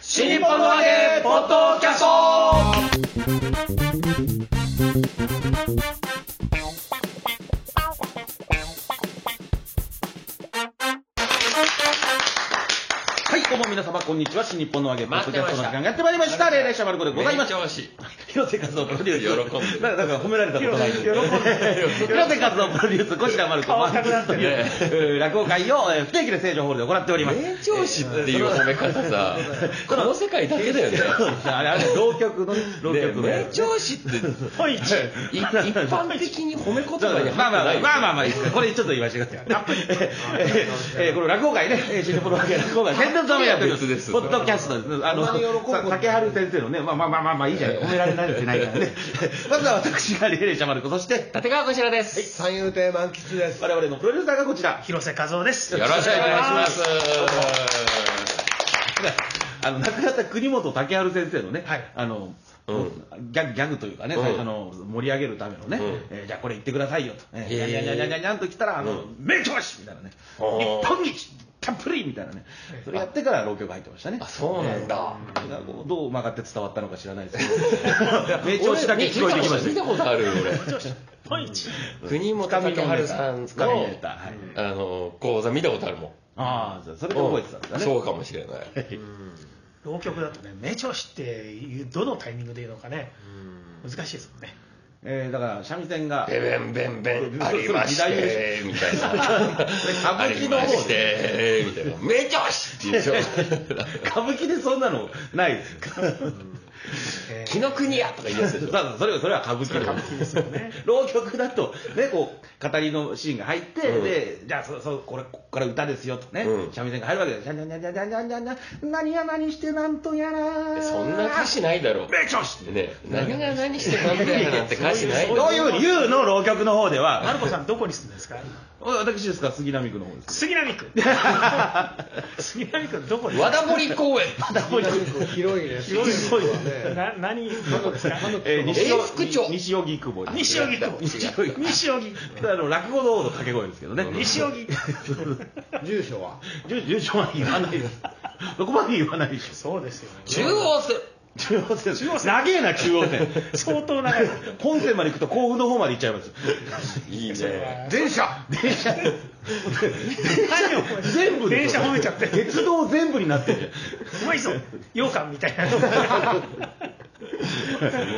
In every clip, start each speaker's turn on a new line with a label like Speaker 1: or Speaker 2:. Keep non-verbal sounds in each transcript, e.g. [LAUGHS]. Speaker 1: 新日本の揚げポッドキャストはい、どうも皆様、こんにちは。新日本の揚げポッドキャストの時間がやってまいりました。霊々者丸子でございます。
Speaker 2: めっちゃ美味しい。
Speaker 1: 広瀬和夫プロデュース。
Speaker 2: 喜んでる
Speaker 1: なんかなんか褒められたことない。
Speaker 3: 喜んでる
Speaker 1: 広瀬和夫プロデュース、こちら丸子
Speaker 3: 顔
Speaker 1: 満
Speaker 3: 赤くなっ
Speaker 1: 喫と
Speaker 3: てる
Speaker 1: いうえー落語会をえー不定期で成城ホールで行っております。
Speaker 2: 平常師っていう褒め方さ、 [LAUGHS] この世界だけだよ [LAUGHS] ね。
Speaker 1: あれ、あれ、浪曲のね、浪
Speaker 2: ね
Speaker 1: 曲
Speaker 2: 名
Speaker 1: で。
Speaker 2: 調師って
Speaker 3: ポイチ。
Speaker 2: い一般的に褒め言葉に入ってないよね。
Speaker 1: まあまあまあまあまあまあいいですこれちょっと言わせてください。えーこの落語会ね、えー新日本の落語会、宣伝止めやってる
Speaker 2: 別です
Speaker 1: ポッドキャストです。あの、
Speaker 3: こんなに喜ぶこと
Speaker 1: さ竹春先生のね、まあまあまあまあまあいいじゃない、褒められられてないからね。まずは私がレイレイシャマルコ、そして、
Speaker 2: 立川こちらです。
Speaker 3: 三遊亭満喫です。
Speaker 1: 我々のプロデューサーがこちら。
Speaker 3: 広瀬和夫です。
Speaker 2: よろしくお願いします。
Speaker 1: あの亡くなった国本竹春先生のね、
Speaker 3: はい
Speaker 1: あの
Speaker 2: うん
Speaker 1: ギャグギャグというかね、
Speaker 2: うん
Speaker 1: 最初の盛り上げるためのね、
Speaker 2: うん
Speaker 1: えーじゃあこれ言ってくださいよと、えー、
Speaker 2: へ
Speaker 1: に
Speaker 2: ー
Speaker 1: ゃにゃにゃにゃにゃにゃんと来たら、あの
Speaker 2: うん
Speaker 1: 名調子みたいなね、
Speaker 2: あー
Speaker 1: 日本一たっぷりみたいなね、それやってから浪曲入ってましたね
Speaker 2: あ、。そうなんだ。
Speaker 1: だからこうどう曲がって伝わったのか知らないですけど、名調子だけ聞こえてきまし
Speaker 2: 見
Speaker 1: た
Speaker 2: た
Speaker 1: よ。
Speaker 2: ことある、
Speaker 3: ポイチ。
Speaker 2: 俺。国本竹春さんの
Speaker 1: つかみのネタはい
Speaker 2: あの講座見たことあるもん。
Speaker 1: ああ、じゃあそれで覚えてたんだね。
Speaker 2: そうかもしれない。 [LAUGHS]
Speaker 3: 浪曲だとね、名調子っていうどのタイミングで言うのかね、難しいですもんね。
Speaker 1: えーだから三味線が
Speaker 2: ベベンベンベンありましてみたいな。
Speaker 1: 歌
Speaker 2: [LAUGHS] あ
Speaker 1: 舞伎
Speaker 2: り
Speaker 1: の
Speaker 2: ま
Speaker 1: 方
Speaker 2: し
Speaker 1: で
Speaker 2: てみたいな。名調子って言うでしょ。 [LAUGHS]
Speaker 1: 歌舞伎でそんなのないですよ。
Speaker 3: え
Speaker 2: 紀の国屋とか言いやすいでしょ。
Speaker 1: そうそれはそれは歌舞伎の浪曲だと、ね、こう語りのシーンが入って、
Speaker 2: うん
Speaker 1: でじゃあそそうこれここから歌ですよとね、
Speaker 2: うん
Speaker 1: 三味線が入るわけです。じゃんじゃんじゃんじゃんじゃんじゃんじゃん何や何してなんとやら。
Speaker 2: そんな歌詞ないだろう。
Speaker 1: 名調子ってね。
Speaker 2: ね、何が何してなんだよなんて歌詞ない
Speaker 1: ど
Speaker 2: の
Speaker 1: ういう理由の浪曲の方で
Speaker 3: ー、マ
Speaker 1: は、
Speaker 3: ルコさんどこに住んでるんですか
Speaker 1: 私ですか杉並区の方です。
Speaker 3: 杉並区。杉並区どこです
Speaker 2: 和田森公園
Speaker 4: 広いね。広いですね。
Speaker 3: な何、どこですか
Speaker 1: えー西尾
Speaker 2: 永福町
Speaker 1: 西荻窪です。
Speaker 3: 西荻窪。西荻
Speaker 1: あの落語の方の掛け声ですけどね。
Speaker 3: 西荻
Speaker 4: 住所は
Speaker 1: 住住所は言わないです。どこまで言わないでしょ。
Speaker 3: そうですよ、
Speaker 2: 中央線
Speaker 1: 中央線。中央線。長えな、中央線。
Speaker 3: 相当長い。
Speaker 1: 本線まで行くと甲府の方まで行っちゃいます。
Speaker 2: いいね
Speaker 4: 電車
Speaker 1: 電車全部で
Speaker 3: 電車褒めちゃって。
Speaker 1: 鉄道全部になってる
Speaker 3: うまいぞ羊羹みたいな
Speaker 2: す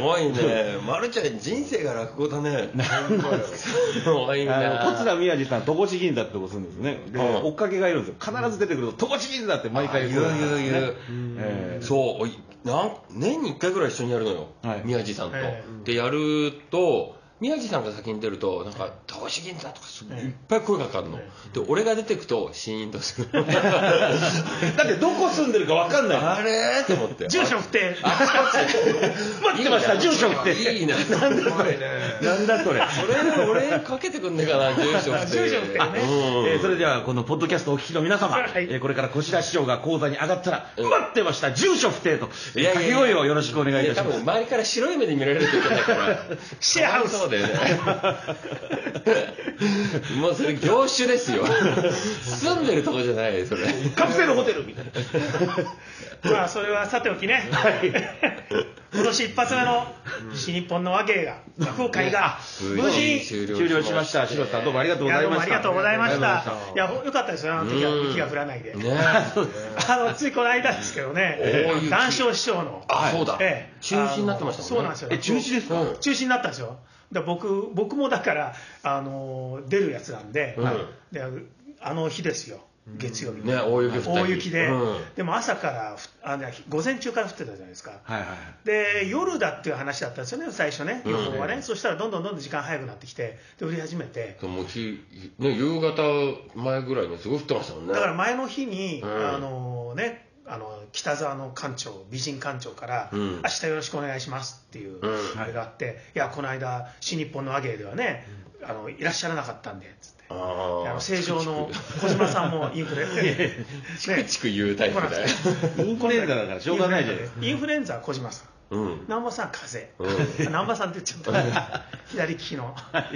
Speaker 2: ごいねまるちゃん人生が落語だねすごい
Speaker 1: じゃんあの
Speaker 2: な
Speaker 1: 桂宮治さん戸越銀座ってとこするんですねで
Speaker 2: うん
Speaker 1: 追っかけがいるんですよ必ず出てくると戸越銀座って毎回
Speaker 2: 言う言う言う
Speaker 1: えー
Speaker 2: そうおいなん年に1回ぐらい一緒にやるのよ、
Speaker 1: はい
Speaker 2: 宮地さんと、
Speaker 3: え
Speaker 2: でやると宮地さんが先に出るとなんか「投資銀座」とかすごいいっぱい声がかかるの、で俺が出てくとシーンとす
Speaker 1: [LAUGHS]
Speaker 2: る
Speaker 1: だってどこ住んでるか分かんない
Speaker 2: あれーと思って
Speaker 3: 住所不定
Speaker 1: 待ってました住所不定
Speaker 2: いいな
Speaker 4: うまいね。
Speaker 1: なんだそれ
Speaker 2: それで俺かけてくんねえかな住所
Speaker 1: [LAUGHS]
Speaker 2: 不定
Speaker 3: 住所不定ね
Speaker 2: うん
Speaker 1: えーそれではこのポッドキャストをお聞きの皆様、
Speaker 3: はい
Speaker 1: えーこれから小白師匠が講座に上がったら「
Speaker 2: うん
Speaker 1: 待ってました住所不定」とえー
Speaker 2: いやいや
Speaker 1: 掛
Speaker 2: いや
Speaker 1: け声をよろしくお願いいた
Speaker 2: いや
Speaker 1: し
Speaker 2: 多
Speaker 1: ま
Speaker 2: 分
Speaker 1: す
Speaker 2: 周りから白い目で見られるといけないから
Speaker 3: [LAUGHS] シェアハウス
Speaker 2: そうだよねもうそれ業種です
Speaker 3: [LAUGHS]
Speaker 2: よ住んでるとこじゃないそれ
Speaker 1: カプセルホテルみたいな
Speaker 3: まあそれはさておきね今年一発目の新日本の和芸が落語会が無事い
Speaker 2: 終
Speaker 1: 終了しました白田さんどうもありがとうご
Speaker 3: や
Speaker 1: ざい
Speaker 3: どう
Speaker 1: ま
Speaker 3: も
Speaker 1: した
Speaker 3: ありがとうございま
Speaker 1: あ
Speaker 3: した
Speaker 1: りがとうございました
Speaker 3: いやよかったですよあの [LAUGHS] 時は雪が降らないで
Speaker 2: ね
Speaker 3: あのついこの間ですけど
Speaker 2: 大
Speaker 3: ね
Speaker 2: 雪
Speaker 3: 談笑師匠の
Speaker 2: あそうだ、
Speaker 3: ええ
Speaker 2: 中止になってましたもんね
Speaker 3: そうなんですよ
Speaker 1: え中止ですか、
Speaker 2: うん
Speaker 3: 中止になったんですよだから僕僕もだから、あのー出るやつなんで,、
Speaker 2: うん
Speaker 3: であの日ですよ月曜日、
Speaker 2: ね大雪降った日
Speaker 3: 大雪で、
Speaker 2: うん
Speaker 3: でも朝からふあの午前中から降ってたじゃないですか
Speaker 1: はいはい
Speaker 3: で夜だっていう話だったんですよね最初ね予報はね、そしたらどんどんどんどん時間早くなってきてで降り始めて
Speaker 2: でもきね、夕方前ぐらいにすごい降ってましたもんね
Speaker 3: だから前の日に、
Speaker 2: うん
Speaker 3: あのねあの北沢の館長美人館長から、
Speaker 2: うん
Speaker 3: 明日よろしくお願いしますっていう
Speaker 2: うん
Speaker 3: あれがあって、い、やこの間新日本のアゲーではね、あのいらっしゃらなかったんでつって。
Speaker 2: あ
Speaker 3: あ
Speaker 2: あ
Speaker 3: の正常の小島さんもインフルエ
Speaker 1: [LAUGHS]
Speaker 3: ンザ
Speaker 2: チ
Speaker 3: ね
Speaker 2: クチク言うタイプだよ
Speaker 1: インフルエンザだからしょうがないじゃないですか
Speaker 3: インフルエンザは小島さん
Speaker 2: うん
Speaker 3: 南波さん風
Speaker 2: う
Speaker 3: 邪南波さんって言っちゃった左利きの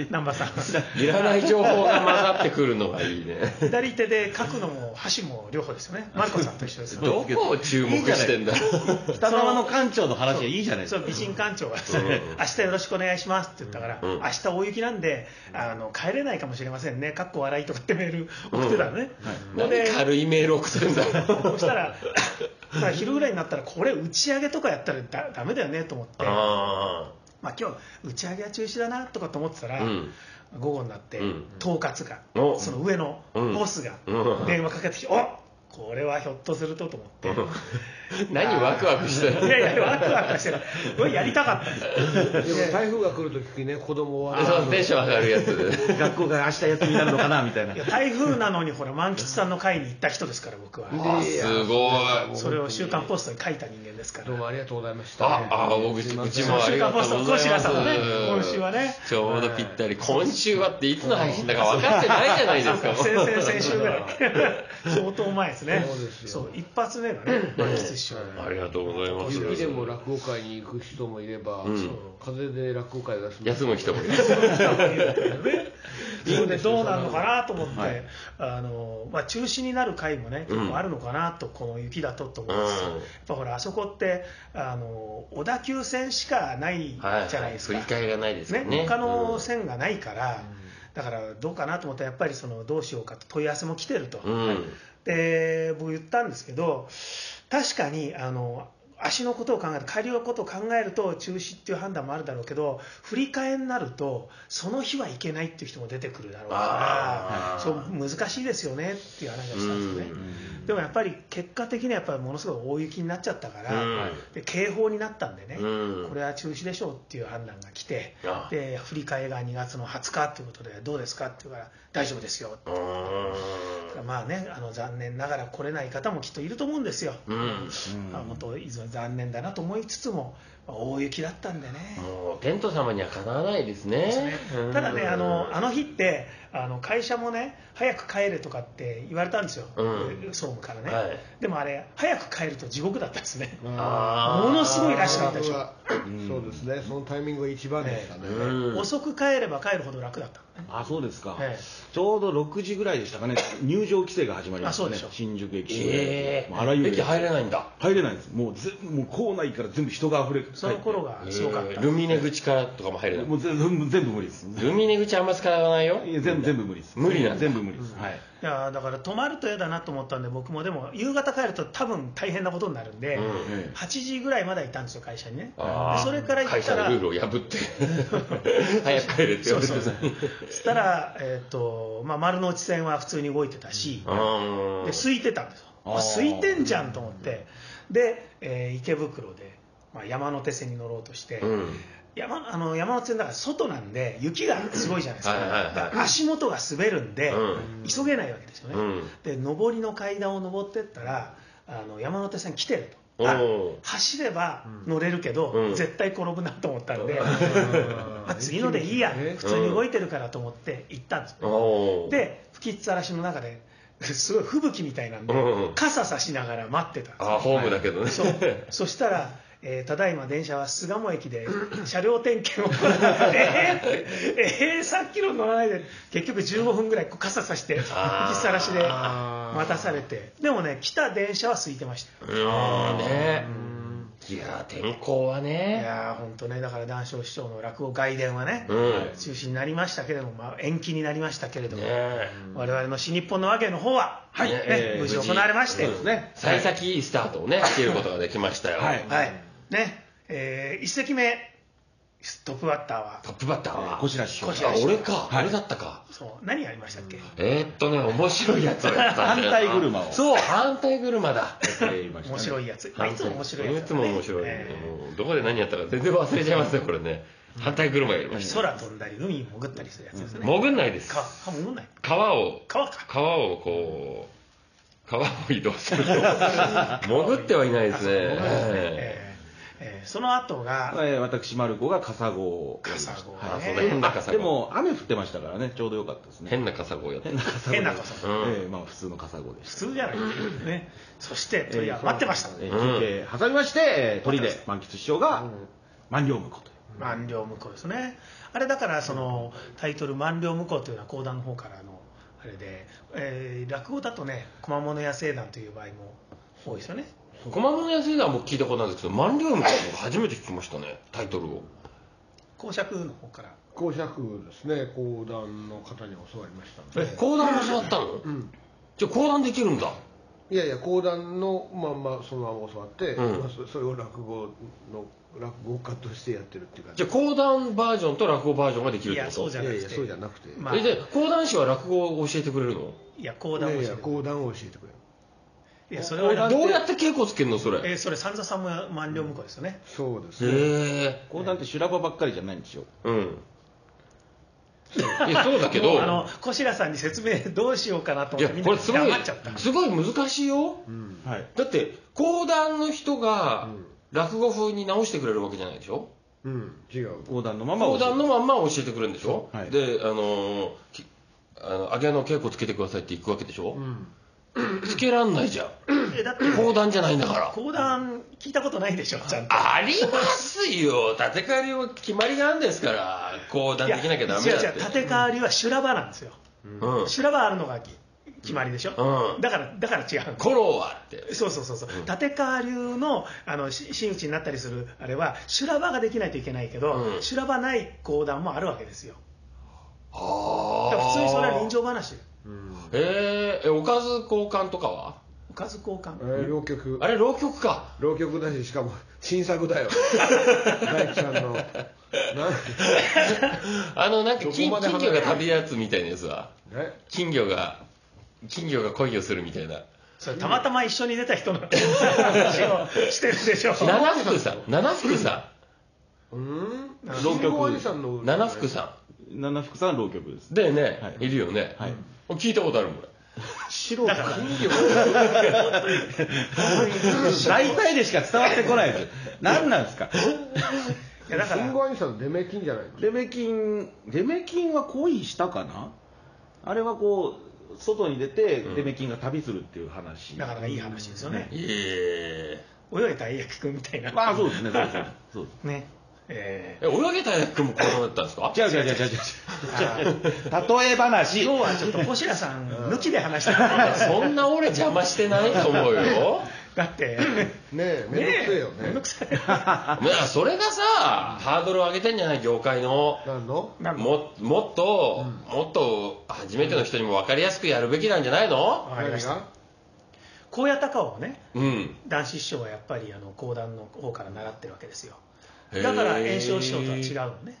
Speaker 3: 南波さん
Speaker 2: いらない情報が混ざってくるのがいいね
Speaker 3: 左手で書くのも箸も両方ですよねマルコさんと一緒ですよね
Speaker 2: どこを注目してんだろう
Speaker 1: 北側の館長の話はいいじゃないです
Speaker 3: そ
Speaker 1: か
Speaker 3: う美人館長がそれ「明日よろしくお願いします」って言ったから「
Speaker 2: うん
Speaker 3: 明日大雪なんであの帰れないかもしれませんね」「かっこ笑い」とかってメール送ってたのね、
Speaker 2: 何軽いメール送ってんだろう
Speaker 3: そしたら [LAUGHS] まあ昼ぐらいになったらこれ打ち上げとかやったらだだめだよねと思って
Speaker 2: あ
Speaker 3: まあ、今日打ち上げは中止だなとかと思ってたら、
Speaker 2: うん
Speaker 3: 午後になって、
Speaker 2: うん
Speaker 3: 統括が
Speaker 2: お
Speaker 3: その上の
Speaker 2: うん
Speaker 3: ボスが
Speaker 2: うん
Speaker 3: 電話かけてきて、おこれはひょっとするとと思って。
Speaker 2: ー何ワクワクして
Speaker 3: い
Speaker 2: る
Speaker 3: やいや、ワクワクしてる。うわやりたかった。
Speaker 4: でも台風が来るときね、子供はね。
Speaker 2: そうテンション上がるやつ
Speaker 1: 学校が明日休みになるのかなみたいない
Speaker 3: や台風なのに、ほら、万吉さんの会に行った人ですから、僕は。
Speaker 2: あすごい
Speaker 3: それを週刊ポストに書いた人間ですから
Speaker 4: どう。もありがとうございました。
Speaker 2: ああ僕うちもあり
Speaker 3: 週
Speaker 2: が
Speaker 3: 刊
Speaker 2: と
Speaker 3: ポス
Speaker 2: う
Speaker 3: ト
Speaker 2: ご
Speaker 3: 小
Speaker 2: ざいま
Speaker 3: 白
Speaker 2: す
Speaker 3: さんのね、今週はね。
Speaker 2: ちょうどぴったり今週はっていつの配信だか分かってないじゃないですか
Speaker 3: 先々先週
Speaker 2: [LAUGHS]
Speaker 3: ぐらい相当前ですね
Speaker 4: そうですよ
Speaker 3: そう一発目がね満喫一緒
Speaker 2: ありがとうございます
Speaker 4: 雪でも落語会に行く人もいれば、
Speaker 2: ん
Speaker 4: 風邪で落語会が休む
Speaker 2: 休む人もいる
Speaker 3: そうでどうなるのかなと思って、あのまあ、中止になる回もね、結構あるのかなと、この雪だとと思うんですよ
Speaker 2: うん
Speaker 3: やっぱほら、あそこってあの小田急線しかないじゃないですか、
Speaker 2: 振り返りがないですか
Speaker 3: ね
Speaker 2: らね
Speaker 3: 他の線がないから、だからどうかなと思ったら、やっぱりそのどうしようかと問い合わせも来てると、
Speaker 2: うん、うん
Speaker 3: で僕言ったんですけど確かにあの足のことを考えて帰りのことを考えると中止っていう判断もあるだろうけど振り替えになるとその日はいけないっていう人も出てくるだろうか
Speaker 2: あー
Speaker 3: らそう難しいですよねっていう話をしたんですよね
Speaker 2: う
Speaker 3: でもやっぱり結果的にはやっぱりものすごい大雪になっちゃったから、
Speaker 2: うん
Speaker 3: で警報になったんでね、
Speaker 2: うん
Speaker 3: これは中止でしょうっていう判断が来て
Speaker 2: あー
Speaker 3: で振り替えが2月の20日ということでどうですかって言うから大丈夫ですよってまあね、あの残念ながら来れない方もきっといると思うんですよ、
Speaker 2: うん
Speaker 3: あ本当、いつも残念だなと思いつつも、まあ大雪だったんでね、
Speaker 2: もうテント様にはかなわないですねうん
Speaker 3: ただね、あのあの日ってあの、会社もね、早く帰れとかって言われたんですよ、
Speaker 2: うん
Speaker 3: 総務からね、
Speaker 2: はい
Speaker 3: でもあれ、早く帰ると地獄だったんですね、も
Speaker 2: あー
Speaker 3: のすごいラッシュだったでし
Speaker 4: それ
Speaker 3: ょ
Speaker 4: は、そうですね、そのタイミングが一番でしたね。
Speaker 2: うん
Speaker 3: 遅く帰れば帰るほど楽だったのね。
Speaker 1: あそうですか、
Speaker 3: ええ
Speaker 1: ちょうど6時ぐらいでしたかね入場規制が始まりました
Speaker 3: あそうで
Speaker 1: ね
Speaker 3: しょ
Speaker 1: 新宿駅周辺
Speaker 2: ええ
Speaker 1: もうあらゆる
Speaker 2: 駅入れないんだ
Speaker 1: 入れないですもうぜもう校内から全部人があふれ返って
Speaker 3: その頃がすごかった、
Speaker 2: えールミネ口からとかも入れない
Speaker 1: もう全部全部無理です
Speaker 2: ルミネ口あんま使わないよ
Speaker 1: いや全部全部無理です
Speaker 2: 無理なんだ
Speaker 1: 全部無理です、はい
Speaker 3: いやーだから泊まると嫌だなと思ったんで僕もでも夕方帰ると多分大変なことになるんで、
Speaker 2: うん
Speaker 1: ええ
Speaker 3: 8時ぐらいまでいたんですよ会社にね
Speaker 2: あー
Speaker 3: でそれから行
Speaker 2: 会
Speaker 3: っ
Speaker 2: 社
Speaker 3: たら
Speaker 2: のルールを破って
Speaker 3: [LAUGHS]
Speaker 2: 早く帰れって言われてる
Speaker 3: そしたら、えーとまあ、丸の内線は普通に動いてたし、
Speaker 2: うん
Speaker 3: で空いてたんですよ、
Speaker 1: あ
Speaker 3: あ
Speaker 1: ー
Speaker 3: 空いてんじゃんと思ってで、えー池袋で、まあ、山手線に乗ろうとして、
Speaker 2: うん
Speaker 3: 山あの山手線だから外なんで雪がすごいじゃないですか
Speaker 2: はいはいはい
Speaker 3: だから足元が滑るんで、
Speaker 2: うん
Speaker 3: 急げないわけですよね、
Speaker 2: うん
Speaker 3: で上りの階段を上ってったらあの山手線来てるとあ
Speaker 2: おう
Speaker 3: 走れば乗れるけど、
Speaker 2: うん
Speaker 3: 絶対転ぶなと思ったんで、まあ、 [LAUGHS] 次のでいいや
Speaker 4: ね
Speaker 3: 普通に動いてるからと思って行ったんです、
Speaker 2: おう
Speaker 3: で吹きっさらしの中ですごい吹雪みたいなんで、
Speaker 2: うん
Speaker 3: 傘さしながら待ってたんです
Speaker 2: あホームだけどね [LAUGHS]
Speaker 3: そうそしたら、えーただいま電車は巣鴨駅で車両点検をえーってえー、さっきの乗らないで結局15分ぐらいこう傘さして吹き
Speaker 2: あー
Speaker 3: さらしで待たされてでもね来た電車は空いてました
Speaker 2: うんねいや天候はいね
Speaker 3: やー本当ねだから談笑師匠の落語外伝はね、
Speaker 2: うん
Speaker 3: 中止になりましたけれども、まあ、延期になりましたけれども、
Speaker 2: ね
Speaker 3: 我々の新日本の和芸の方は、
Speaker 1: はい
Speaker 3: ね
Speaker 1: えー
Speaker 3: 無事行われまして、
Speaker 1: そうですね
Speaker 2: 幸先いいスタートをね切ることができましたよ
Speaker 1: はい
Speaker 3: はいねえー一席目トップバッターは
Speaker 2: トップバッターは
Speaker 1: こちら師匠
Speaker 3: こち
Speaker 2: あ
Speaker 3: ら師匠
Speaker 2: 俺か俺だったか
Speaker 3: そう何やりましたっけ、
Speaker 2: えーっとね面白いやつをやったんだ
Speaker 1: 反
Speaker 2: よな
Speaker 1: 対車を
Speaker 2: そう反対車だ
Speaker 1: 面
Speaker 3: 面白いやつ、まあいつも面白いやつ、
Speaker 2: いつも面白い、
Speaker 3: え
Speaker 2: もうどこで何やったか全然忘れちゃいますよこれね反対車やりま
Speaker 3: ー
Speaker 2: した
Speaker 3: 空飛んだり海に潜ったりするやつですね、
Speaker 2: 潜んないです
Speaker 3: かあ潜んない
Speaker 2: 川を
Speaker 3: 川か
Speaker 2: 川をこう川を移動する潜ってはいないですね
Speaker 3: そうですね
Speaker 2: え
Speaker 3: ええーその後が、
Speaker 1: えー私、マルコが笠子をやりました。
Speaker 3: カサゴね
Speaker 1: はい
Speaker 2: あそうだ変な
Speaker 1: あ
Speaker 2: 傘
Speaker 1: で
Speaker 2: 子
Speaker 1: も、雨降ってましたからね、ちょうどよかったですね。
Speaker 2: 変な傘子をやって
Speaker 1: 変なカサゴ。
Speaker 3: 変なカサ
Speaker 1: え
Speaker 2: ゴうん
Speaker 1: えまあ、普通のカサゴで
Speaker 3: 普
Speaker 1: した。
Speaker 3: 通じゃないね。そして、鳥は待ってました。
Speaker 1: ええ休憩挟みまして、ええ鳥で満喫師匠が満了婿という。
Speaker 3: 満了無効ですね。あれだから、その、タイトル満了無効というのは講談の方からの、あれで、えー落語だとね、駒物野生団という場合も多いですよね。
Speaker 2: 駒物野生団も聞いたことなんですけど万両の僕初めて聞きましたねタイトルを
Speaker 3: 公爵の方から。
Speaker 4: 講釈ですね講談の方に教わりました
Speaker 2: え講談も教わったの、
Speaker 4: ん
Speaker 2: じゃあ講談できるんだ
Speaker 4: いやいや講談のまんまそのまま教わって、
Speaker 2: うん
Speaker 4: まあ、そそれを落語の落語家としてやってるっていう感
Speaker 2: じゃ
Speaker 4: じ
Speaker 2: あ講談バージョンと落語バージョンができるっ
Speaker 3: い
Speaker 2: てこ
Speaker 3: や、
Speaker 2: と
Speaker 3: そうじゃ
Speaker 4: い
Speaker 3: な
Speaker 4: や
Speaker 3: く
Speaker 4: い
Speaker 3: て
Speaker 4: や。そうじゃなくて、
Speaker 3: まあ
Speaker 2: えじゃあ講談師は落語を教えてくれるの
Speaker 3: いや、講談
Speaker 4: い
Speaker 3: をし
Speaker 4: やい
Speaker 3: て
Speaker 4: や
Speaker 3: る
Speaker 4: 講談を教えてくれる
Speaker 3: いや、それはだって
Speaker 2: どうやって稽古つけるのそれ
Speaker 3: えーそれ、三座さんも満了無効ですよね。
Speaker 4: そうです
Speaker 2: へ
Speaker 4: ね
Speaker 2: え
Speaker 1: 講談って修羅場ばっかりじゃないんですよ。
Speaker 2: うんいやそうだけど
Speaker 3: もうあの、小白さんに説明どうしようかなと
Speaker 2: い
Speaker 3: 思っ
Speaker 2: や
Speaker 3: て、みん
Speaker 2: こ
Speaker 3: な
Speaker 2: れすごい
Speaker 3: 黙っちゃった。
Speaker 2: すごい難しいよ
Speaker 4: うん
Speaker 1: はい。
Speaker 2: だって講談の人が
Speaker 4: うん
Speaker 2: 落語風に直してくれるわけじゃないでしょ
Speaker 4: うん違う
Speaker 1: 講談のまま
Speaker 2: 講談の
Speaker 1: ま
Speaker 2: まんま教えてくれるんでしょ、
Speaker 1: はい
Speaker 2: であのーきあの揚げの稽古つけてくださいって行くわけでしょ
Speaker 4: う、ん
Speaker 2: つけらんないじゃん
Speaker 3: えだって、
Speaker 2: 講談じゃないんだから
Speaker 3: 講談聞いたことないでしょ、ちゃんと。
Speaker 2: ありますよ立て替えりは決まりがあるんですから講談できなきゃダメだっ
Speaker 3: い
Speaker 2: て
Speaker 3: や違う違う立て替わりは修羅場なんですよ、
Speaker 2: うん、うん、
Speaker 3: 修羅場あるのがき決まりでしょ、
Speaker 2: うん
Speaker 3: だからだから違う
Speaker 2: コロはって
Speaker 3: そうそうそうそう、立川流のあのし真打ちになったりするあれは修羅場ができないといけないけど、
Speaker 2: うん
Speaker 3: 修羅場ない講談もあるわけですよ
Speaker 2: あ
Speaker 3: だから
Speaker 2: あ
Speaker 3: 普通にそれは臨場話
Speaker 4: うん
Speaker 2: えーえおかず交換とかは
Speaker 3: おかず交換
Speaker 4: えー浪曲
Speaker 2: あれ浪曲か
Speaker 4: 浪曲だししかも新作だよ大工さんのなん
Speaker 2: あのなんか
Speaker 4: どこ
Speaker 2: 金
Speaker 4: まで
Speaker 2: 金
Speaker 4: 離
Speaker 2: 魚
Speaker 4: れ
Speaker 2: が旅立つみたいなやつは
Speaker 4: え
Speaker 2: 金魚が金魚が恋をするみたいな
Speaker 3: それたまたま一緒に出た人の話をしてるでしょ
Speaker 2: 七福さん七福さ
Speaker 4: うん
Speaker 3: 浪曲
Speaker 4: 新郎おじさんの
Speaker 2: ん七福さ
Speaker 1: 七福さん浪曲です
Speaker 2: ん。だよね、
Speaker 1: はい
Speaker 2: い、るよね、
Speaker 1: はい
Speaker 2: 聞いたことあるもん俺
Speaker 1: 白
Speaker 3: だから
Speaker 1: [LAUGHS] 大体でしか伝わってこないです。 [LAUGHS] 何なんですか。
Speaker 3: いやだから
Speaker 4: 新郎おじさん出目金じゃないの
Speaker 1: レメキン、レメキンは恋したかなあれはこう、外に出て、レメキンが旅するっていう話。
Speaker 3: なかなかいい話ですよね
Speaker 2: え
Speaker 3: 泳いだ英く君みたいな
Speaker 1: まあそうですね、そうですそうです。
Speaker 3: ねえ
Speaker 2: え泳げた役もこうだったんですか
Speaker 1: 違う違う違う違 [LAUGHS] う違う。例え
Speaker 3: ー、
Speaker 1: 話。
Speaker 3: 今日はちょっと小白さん抜きで話したから
Speaker 2: そんな俺邪魔してないと思う
Speaker 3: [LAUGHS]
Speaker 2: よ
Speaker 3: だって
Speaker 4: ねえめんどくせえよね
Speaker 3: めんどくさい
Speaker 2: まあそれがさハードルを上げてんじゃない業界の
Speaker 4: なんの
Speaker 3: なんか
Speaker 2: ももっと、もっと初めての人にも分かりやすくやるべきなんじゃないの
Speaker 3: わかりました
Speaker 4: 何が
Speaker 3: 高野高尾はね
Speaker 2: うん
Speaker 3: 男子師匠はやっぱりあの講談の方から習ってるわけですよ
Speaker 2: へー
Speaker 3: だから圓生師匠とは違うのね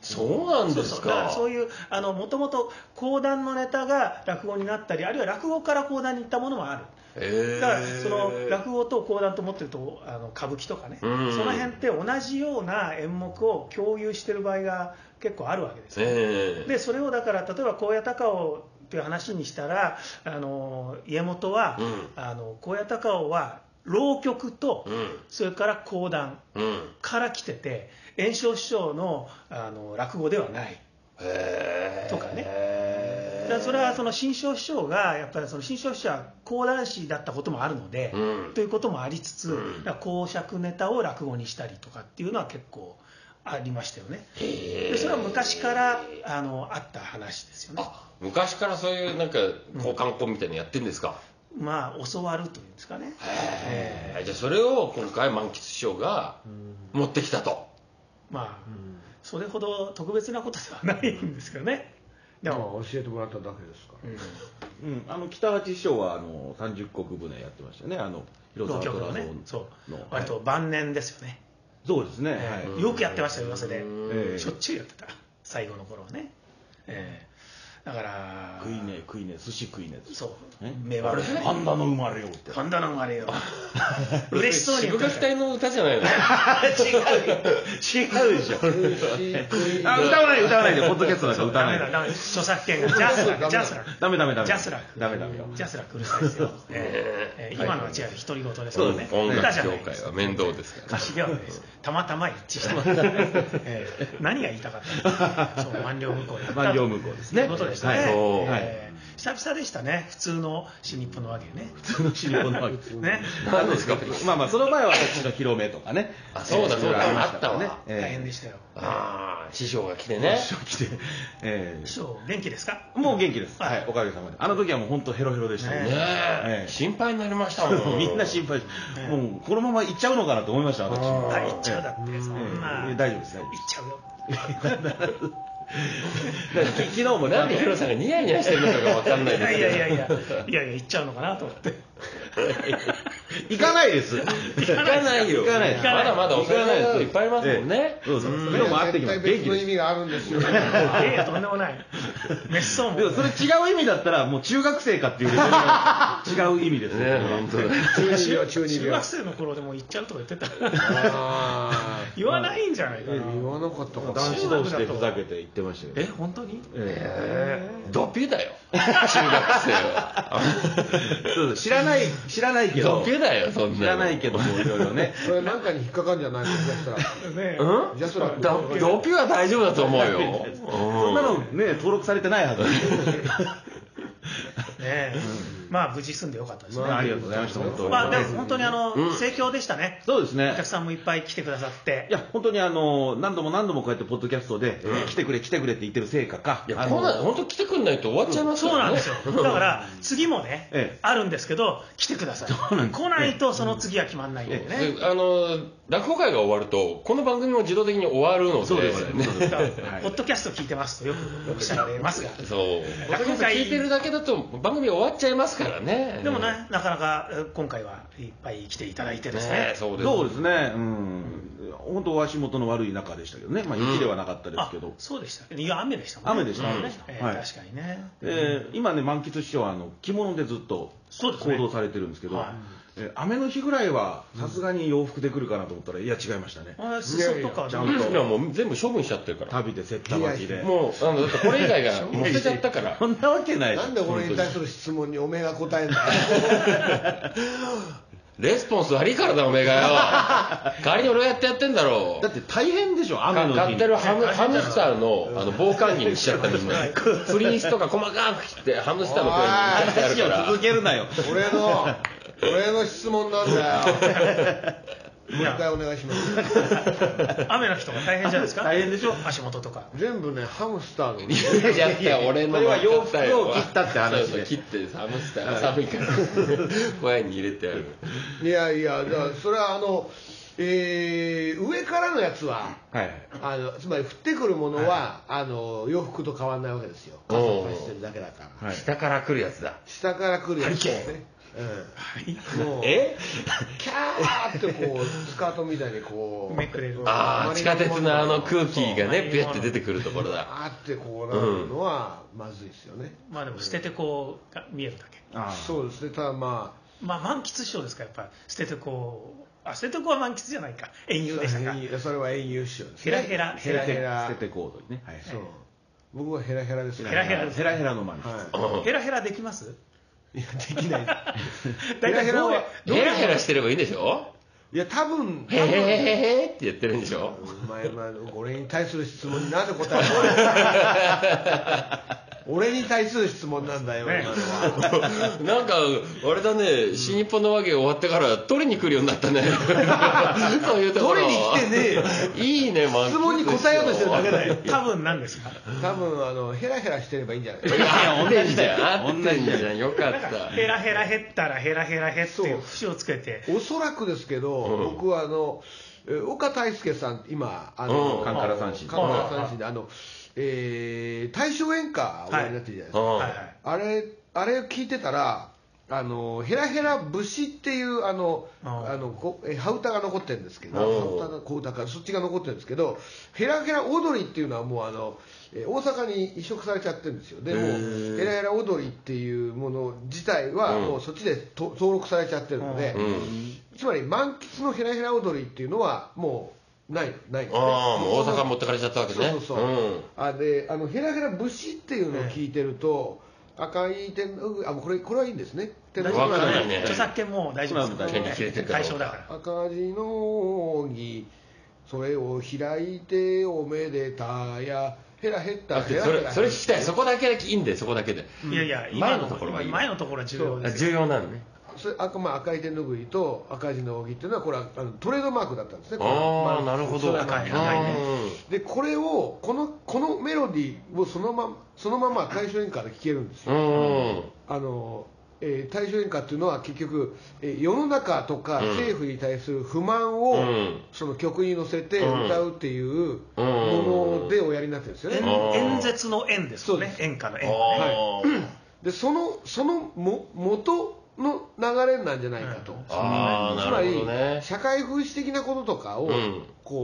Speaker 2: そうなん
Speaker 3: そ
Speaker 2: で
Speaker 3: うそ
Speaker 2: す
Speaker 3: うだから
Speaker 2: か
Speaker 3: そういうもともと講談のネタが落語になったりあるいは落語から講談に行ったものもある
Speaker 2: へー
Speaker 3: だからその落語と講談と思ってるとあの歌舞伎とかね、
Speaker 2: うん
Speaker 3: その辺って同じような演目を共有してる場合が結構あるわけですよ、
Speaker 2: ええ
Speaker 3: でそれをだから例えば高野高尾という話にしたらあの家元は、
Speaker 2: うん
Speaker 3: あの高野高尾は浪曲と、
Speaker 2: うん
Speaker 3: それから講談
Speaker 2: うん
Speaker 3: から来てて圓生師匠のあの落語ではない
Speaker 2: へえ
Speaker 3: とかねだからそれはその新庄師匠がやっぱりその新庄師匠は講談師だったこともあるので、
Speaker 2: うん
Speaker 3: ということもありつつ、
Speaker 2: うん
Speaker 3: だから講釈ネタを落語にしたりとかっていうのは結構ありましたよね、
Speaker 2: へ
Speaker 3: でそれは
Speaker 2: ー
Speaker 3: 昔からあのあった話ですよね
Speaker 2: あ昔からそういうなんか交換本みたいなのやってんですか、
Speaker 3: まあ教わるというんですかね
Speaker 2: へえじゃあそれを今回満喫師匠が持ってきたと、
Speaker 3: まあ、それほど特別なことではないんですけどねで
Speaker 4: まあ
Speaker 3: も、
Speaker 4: 教えてもらっただけですか
Speaker 3: うん
Speaker 1: うん、あの北八師匠はあの三十国船やってましたよね。あの広
Speaker 3: 浪
Speaker 1: 沢
Speaker 3: 曲
Speaker 1: 虎
Speaker 3: の
Speaker 1: の
Speaker 3: ねそう
Speaker 1: の
Speaker 3: 割と晩年ですよね、
Speaker 1: そうですね。はい
Speaker 3: えーよくやってましたよ寄せで
Speaker 1: ええ
Speaker 3: しょっちゅうやってた最後の頃はね、ええだから
Speaker 1: 食いねえ食いねえ寿司食いねえ
Speaker 3: そう
Speaker 1: え
Speaker 3: 目は
Speaker 1: 神田の生まれよって
Speaker 3: 神田の生まれよ
Speaker 1: [LAUGHS]
Speaker 3: 嬉しそうに言
Speaker 2: 渋
Speaker 3: ってる
Speaker 2: 垣隊の歌じゃないの
Speaker 3: 違う違うでしょ
Speaker 1: あ [LAUGHS] 歌わない歌わないでポッドキャストだから歌
Speaker 3: ダ
Speaker 1: わ
Speaker 3: メ
Speaker 1: ない
Speaker 3: だ
Speaker 1: で
Speaker 3: ダメだ著作権がジャスラックジャスラック
Speaker 1: ダメダメダメ
Speaker 3: ジャスラック
Speaker 1: ダメダメよ
Speaker 3: ジャスラックうるさいですよ、えーえー今のは違う独り言ですからね
Speaker 2: 音
Speaker 3: 歌じゃ
Speaker 2: 楽業
Speaker 3: ないで
Speaker 2: 界
Speaker 3: す
Speaker 2: は面倒ですから
Speaker 3: 歌詞ではないですたまたま一致した、えー何が言いたかったのそう万両向こうやっ
Speaker 1: [LAUGHS]
Speaker 3: た
Speaker 1: 万両向こうですね
Speaker 3: ということでしたね、
Speaker 1: はい
Speaker 2: そう
Speaker 3: えー久々でしたね普通の新日本のわけね
Speaker 1: 普通のシリコンのわけ
Speaker 3: ね
Speaker 2: 何ですか
Speaker 1: まあまあその前は私の広めとかね
Speaker 2: あそうだそうだ
Speaker 1: いろいろりましたから
Speaker 2: あったわ
Speaker 1: ええ
Speaker 3: 大変でしたよ
Speaker 2: ああ師匠が来てね
Speaker 1: 師匠来て、え
Speaker 3: 師匠元気ですか
Speaker 1: えもう元気です、
Speaker 3: は
Speaker 1: はいい、おかげさまで、あの時はもう本当、ヘロヘロでしたもん
Speaker 2: ね
Speaker 1: ね、
Speaker 2: え
Speaker 1: ええ
Speaker 2: 心配になりました
Speaker 3: [LAUGHS]
Speaker 2: も
Speaker 1: [LAUGHS]
Speaker 2: ん
Speaker 1: みんな心配、もうこのまま行っちゃうのかなと思いました、私も。
Speaker 3: あ行っちゃうだってそ
Speaker 1: え
Speaker 3: ん
Speaker 1: ええ
Speaker 3: な
Speaker 1: え
Speaker 3: 行っ
Speaker 1: 大丈夫です、大丈夫です
Speaker 3: ちゃうよ
Speaker 1: だからき昨日もね
Speaker 2: なんでヒロさんがニヤニヤしてるのかが分かん
Speaker 3: い
Speaker 2: な
Speaker 3: や
Speaker 2: い
Speaker 3: い
Speaker 2: です
Speaker 3: や
Speaker 2: け
Speaker 3: い
Speaker 2: ど
Speaker 3: やいやいやいや行っちゃうのかなと思って
Speaker 1: 行かないです。
Speaker 2: 行かないよ
Speaker 1: 行かないです
Speaker 2: まだまだお金がいっぱいありますもんね
Speaker 1: ええそうそうそう。今日も会ってきます。元
Speaker 4: 絶対別
Speaker 1: 気
Speaker 4: の
Speaker 1: です
Speaker 4: 意。味があるんですよ。
Speaker 3: いやいやとんでもない滅相も
Speaker 1: でもそれ違う意味だったらもう中学生かっていうレベルの違う意味ですよ
Speaker 2: ね本当だ
Speaker 4: 中二病、中二
Speaker 3: 中
Speaker 4: 病
Speaker 3: 学。生の頃でも行っちゃうとか言ってた
Speaker 4: あー
Speaker 3: 言わないんじゃないかな
Speaker 4: 言わなかったか
Speaker 1: 男子同士でふざけて言ってましたよ
Speaker 3: え
Speaker 1: ね
Speaker 3: 本当に
Speaker 1: え
Speaker 2: ドピュだ
Speaker 3: [LAUGHS]
Speaker 2: よ中学生は
Speaker 1: えそうそう知らない知らないけ
Speaker 2: ド
Speaker 1: ど
Speaker 2: ピュだよそんなの
Speaker 1: 知らないけどもういろいろね
Speaker 4: それなんかに引っかかるんじゃないのジャスラ [LAUGHS] ッ
Speaker 3: ね
Speaker 2: うん
Speaker 4: ク。ジャスラック。
Speaker 2: ドドピュは大丈夫だと [LAUGHS] 思うよ
Speaker 1: そんなのね登録されてないは
Speaker 2: [LAUGHS]
Speaker 1: ず
Speaker 3: ねまあ無事済んでよかったですね
Speaker 1: まあありがとうございました本当に
Speaker 3: まあでも本当にあの
Speaker 2: うん
Speaker 3: 盛況でしたね
Speaker 1: そうです
Speaker 3: お
Speaker 1: ね
Speaker 3: 客さんもいっぱい来てくださっ
Speaker 1: い
Speaker 3: て
Speaker 1: や本当にあの何度も何度もこうやってポッドキャストで来てくれ来てくれって言ってる成果か
Speaker 2: いや
Speaker 1: あの
Speaker 2: こんなの本当来てくんないと終わっちゃいます
Speaker 3: そ
Speaker 2: か
Speaker 3: うな
Speaker 2: ら
Speaker 3: ん
Speaker 2: ね
Speaker 3: ですよだから次もね
Speaker 1: ええ
Speaker 3: あるんですけど来てください
Speaker 1: そうなんです
Speaker 3: 来ないとその次は決まんないんでね
Speaker 2: であの落語会が終わるとこの番組も自動的に終わるので
Speaker 1: そうですねそうです
Speaker 3: だから
Speaker 1: はい
Speaker 3: ポッドキャスト聞いてますとよくおっしゃられますが、
Speaker 2: そう
Speaker 3: 落語会
Speaker 2: 聞いてるだけだと番組終わっちゃいますからね
Speaker 3: でもね、なかなかえー今回はいっぱい来ていただいて
Speaker 2: ね
Speaker 3: ですね、
Speaker 2: そうです
Speaker 1: そうですねうん本当足元の悪い中でしたけどねまあ雪ではなかったです
Speaker 3: あ
Speaker 1: けど
Speaker 3: そうでしたね、いや、雨でしたもんね、
Speaker 1: 雨でした
Speaker 3: ね
Speaker 1: 雨でした
Speaker 3: えー
Speaker 1: はい
Speaker 3: 確かにね、
Speaker 1: えー今ね、満喫師匠はあの着物でずっと
Speaker 3: そうですね
Speaker 1: 行動されてるんですけど、
Speaker 3: はい
Speaker 1: えー雨の日ぐらいはさすがに洋服で来るかなと思ったら、いや、違いましたね、
Speaker 3: あ裾とかは
Speaker 1: ちゃ
Speaker 2: うん
Speaker 1: ん
Speaker 2: 僕ら
Speaker 1: と
Speaker 2: もう全部処分しちゃってるから
Speaker 1: 旅でせった巻きで、
Speaker 2: もうあのだってこれ以外がもう捨てちゃったから
Speaker 1: そんなわけないで
Speaker 4: な
Speaker 1: す
Speaker 4: んで俺に対する質問におめえが答え [LAUGHS] んだよ。
Speaker 2: レスポンス悪いからだおめえがよ代わりに俺がやってやってんだろ
Speaker 1: だって大変でしょ、雨の日
Speaker 2: 買
Speaker 1: に
Speaker 2: ってるハムハムスターのあの防寒着にしちゃったんですよフリースとか細かく切ってハムスターの声にしちゃって
Speaker 1: 話
Speaker 2: や
Speaker 1: を
Speaker 2: るから
Speaker 1: 続けるなよ、
Speaker 4: 俺の、俺の質問なんだよ。 [LAUGHS] もう一回お願いします。
Speaker 3: 雨の日とか大変じゃないですか、
Speaker 1: 大変でしょ
Speaker 3: 足元とか、
Speaker 4: 全部ね、ハムスターの。
Speaker 2: いやいや俺の
Speaker 1: それは洋服を切ったって話で
Speaker 2: そうそう切ってハムスター寒い [LAUGHS] から小屋に入れてある
Speaker 4: いやいや、だからそれはあの、えー上からのやつは、
Speaker 1: はい、
Speaker 4: あのつまり降ってくるものは、あの洋服と変わらないわけですよ、
Speaker 2: お
Speaker 4: 傘
Speaker 2: ー
Speaker 4: を差してるだけだから、
Speaker 1: はい、
Speaker 2: 下から来るやつだ
Speaker 4: 下から来るやつですね、うん、もう、
Speaker 2: え
Speaker 4: キャーってこう、スカートみたいにこう、
Speaker 3: めくれる
Speaker 2: ああ地下鉄のあの空気が
Speaker 3: そ
Speaker 2: ね
Speaker 3: う
Speaker 2: ビュって出てくるところだ
Speaker 4: あーってこうなるのは、まずいですよね、
Speaker 3: まあでも捨ててこうが見えるだけ、
Speaker 1: あー
Speaker 4: そうですね、ただまあ、
Speaker 3: まあ、満喫師匠ですから、やっぱ捨ててこう、あ捨ててこうは満喫じゃないか、遠遊でしたか、
Speaker 4: 遠遊それは遠遊師匠です
Speaker 3: ヘラヘラ、
Speaker 1: ヘラヘラ、
Speaker 4: ヘラヘラ
Speaker 1: 捨てて行動にね、はい、
Speaker 4: そう、僕はヘラヘラですね、
Speaker 3: ヘラヘラです
Speaker 1: ヘラヘラの満喫、
Speaker 4: は
Speaker 3: ヘラヘラできます
Speaker 4: い、いや、できない
Speaker 3: 大体
Speaker 4: ヘラヘラは
Speaker 3: どれ
Speaker 2: ヘラヘラしてればいいんでしょ
Speaker 4: いや、多分
Speaker 2: へへへへへって言ってるんでし
Speaker 4: [LAUGHS]
Speaker 2: ょ
Speaker 4: お前まあ俺に対する質問になぜ答
Speaker 2: [LAUGHS]
Speaker 4: えない俺に対する質問なんだよ、
Speaker 3: ね
Speaker 4: 今のは
Speaker 2: なんかあれだね新日本の和芸終わってから取りに来るようになったねそういうところ
Speaker 4: 取りに来てねえよ
Speaker 2: [LAUGHS] いいね満喫
Speaker 4: 質問に答えようとしてるだけだよ
Speaker 3: 多分なんですか
Speaker 4: 多分あのヘラヘラしてればいいんじゃない
Speaker 2: いや同じだよ
Speaker 1: 同
Speaker 2: 同
Speaker 1: じだよ
Speaker 2: じじゃんよかっ
Speaker 3: なんか
Speaker 2: た
Speaker 3: ヘラヘラ減ったらヘラヘラ減っていう節をつけて
Speaker 4: おそらくですけど、
Speaker 2: うん
Speaker 4: 僕はあのえ岡大輔さん今あの、
Speaker 2: うん
Speaker 1: カンカラ三振
Speaker 4: カンカラ三振であの、えー大正演歌をやりになってるじゃないですか、
Speaker 2: うん
Speaker 3: はいはい
Speaker 4: あれあれ聞いてたらあのヘラヘラ節っていうあの
Speaker 3: あー
Speaker 4: あのこえハウタが残ってるんですけど、ハ
Speaker 2: おー
Speaker 4: ウタがこうだからそっちが残ってるんですけど、ヘラヘラ踊りっていうのはもうあのえ大阪に移植されちゃってるんですよ。でも
Speaker 2: へー
Speaker 4: ヘラヘラ踊りっていうもの自体は
Speaker 2: うん
Speaker 4: もうそっちでと登録されちゃってるので、
Speaker 2: うん
Speaker 4: つまり満喫のヘラヘラ踊りっていうのはもうないないんですね。
Speaker 2: ああもう大阪
Speaker 4: も
Speaker 2: 持ってかれちゃったわけね
Speaker 4: そうそうそう
Speaker 2: うん
Speaker 4: あであのヘラヘラ節っていうのを聞いてると、赤い天の具あもうこれこれはいいんですね天の具
Speaker 2: わかんないね
Speaker 3: 著作権もう大丈夫です
Speaker 1: 権
Speaker 2: 利切れてるから
Speaker 3: 対象だから
Speaker 4: 赤字の儀それを開いておめでたやヘラヘッ
Speaker 2: だ
Speaker 4: タ
Speaker 2: っ
Speaker 4: ヘ
Speaker 2: て
Speaker 4: ラ
Speaker 2: そ
Speaker 4: ヘ
Speaker 2: れ
Speaker 4: ラ
Speaker 2: それ聞きたいそこだけいいんでそこだけで
Speaker 3: いやいや
Speaker 2: 前
Speaker 3: 今
Speaker 2: の
Speaker 3: の
Speaker 2: と
Speaker 3: と
Speaker 2: こ
Speaker 3: こ
Speaker 2: ろ
Speaker 3: ろ
Speaker 2: はいい
Speaker 3: 前のところは重要
Speaker 2: あ
Speaker 3: です
Speaker 2: 重要なのね
Speaker 4: それ赤,、まあ、赤い手ぬぐいと赤字の儀っていうのはこれはあのトレードマークだったんですねこれ
Speaker 2: ああ
Speaker 4: ま
Speaker 2: なるほど
Speaker 4: そう
Speaker 3: 赤い赤いね
Speaker 4: でこれをこのこのメロディーをそのままそのまま大正演歌で聴けるんですよ
Speaker 2: うんうん
Speaker 4: あの、えー大衆演歌っていうのは結局、えー世の中とか
Speaker 2: うん
Speaker 4: 政府に対する不満を、
Speaker 2: うん
Speaker 4: その曲に乗せて
Speaker 2: うん
Speaker 4: 歌うっていう
Speaker 2: うん
Speaker 4: ものでおやりになってるんですよね、
Speaker 3: 演
Speaker 2: うん
Speaker 3: 演説の演ですよね演歌の演ね
Speaker 2: あー
Speaker 4: でそのそのも元の流れなんじゃないかと、
Speaker 3: うん
Speaker 2: あー
Speaker 4: つ
Speaker 2: な
Speaker 4: ま
Speaker 2: る
Speaker 4: り
Speaker 2: ほどね
Speaker 4: 社会風刺的なこととかを、
Speaker 2: うん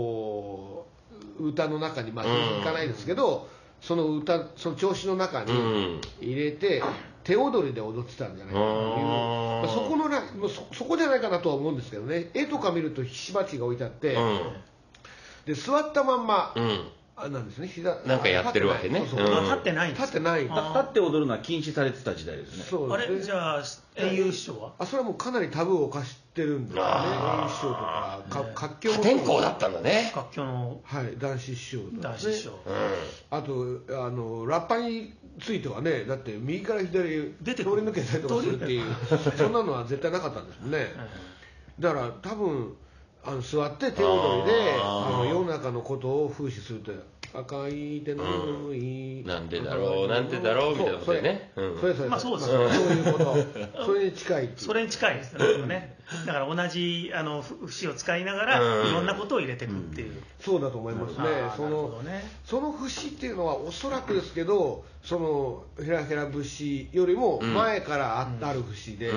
Speaker 4: こう歌の中にまあ
Speaker 2: うん
Speaker 4: いかないですけど、その歌その調子の中に、
Speaker 2: うん
Speaker 4: 入れて手踊りで踊ってたんじゃないかという
Speaker 2: あー
Speaker 4: まあそこのなもうそそこじゃないかなとは思うんですけどね絵とか見ると火しばきが置いてあって、
Speaker 2: う
Speaker 4: で座ったまんま、
Speaker 2: んうん
Speaker 4: あなんですね膝
Speaker 2: なんかやってるわけね
Speaker 4: そう
Speaker 2: うん
Speaker 4: そう
Speaker 3: あ立ってないんで
Speaker 4: 立っ
Speaker 3: す
Speaker 4: て
Speaker 3: か
Speaker 4: ないん
Speaker 3: あ
Speaker 4: だ
Speaker 1: 立って踊るのは禁止されてた時代ですね
Speaker 4: そう
Speaker 3: あ
Speaker 4: で
Speaker 3: れ
Speaker 4: す
Speaker 3: じ
Speaker 4: ね
Speaker 3: ゃあっていう人は
Speaker 4: あそれはもうかなりタブーを犯してるんですよね
Speaker 2: あー
Speaker 4: 師匠とかか活気を
Speaker 2: 破
Speaker 4: 持って
Speaker 2: 天荒だったんだね
Speaker 3: 楽曲の
Speaker 4: はい男子師匠とかね
Speaker 3: 男子師匠
Speaker 2: う
Speaker 4: あとあのラッパについてはねだって右から左へ
Speaker 3: 出てく
Speaker 4: 通り
Speaker 3: る
Speaker 4: 抜けたりとかするっていうそんなのは絶対なかったんですもんねだから多分あの座って手踊りで
Speaker 2: あ
Speaker 4: あ
Speaker 2: ー
Speaker 4: の世の中のことを風刺するという赤い手のいい、
Speaker 2: んなんでだろうなんでだろうみたいなことだよね
Speaker 4: そう
Speaker 2: うん
Speaker 4: それそれれ
Speaker 3: まあそうです
Speaker 4: そういうことそれに近いっていう
Speaker 3: それに近いですねねだから同じあのふ節を使いなが
Speaker 2: う
Speaker 3: ら
Speaker 2: ん
Speaker 3: いろんなことを入れていくっていう、
Speaker 4: そうだと思いますね
Speaker 3: あー
Speaker 4: そ
Speaker 3: なるほ
Speaker 4: の
Speaker 3: どね
Speaker 4: その節っていうのはおそらくですけどそのヘラヘラ節よりも前からあある節で、
Speaker 2: ん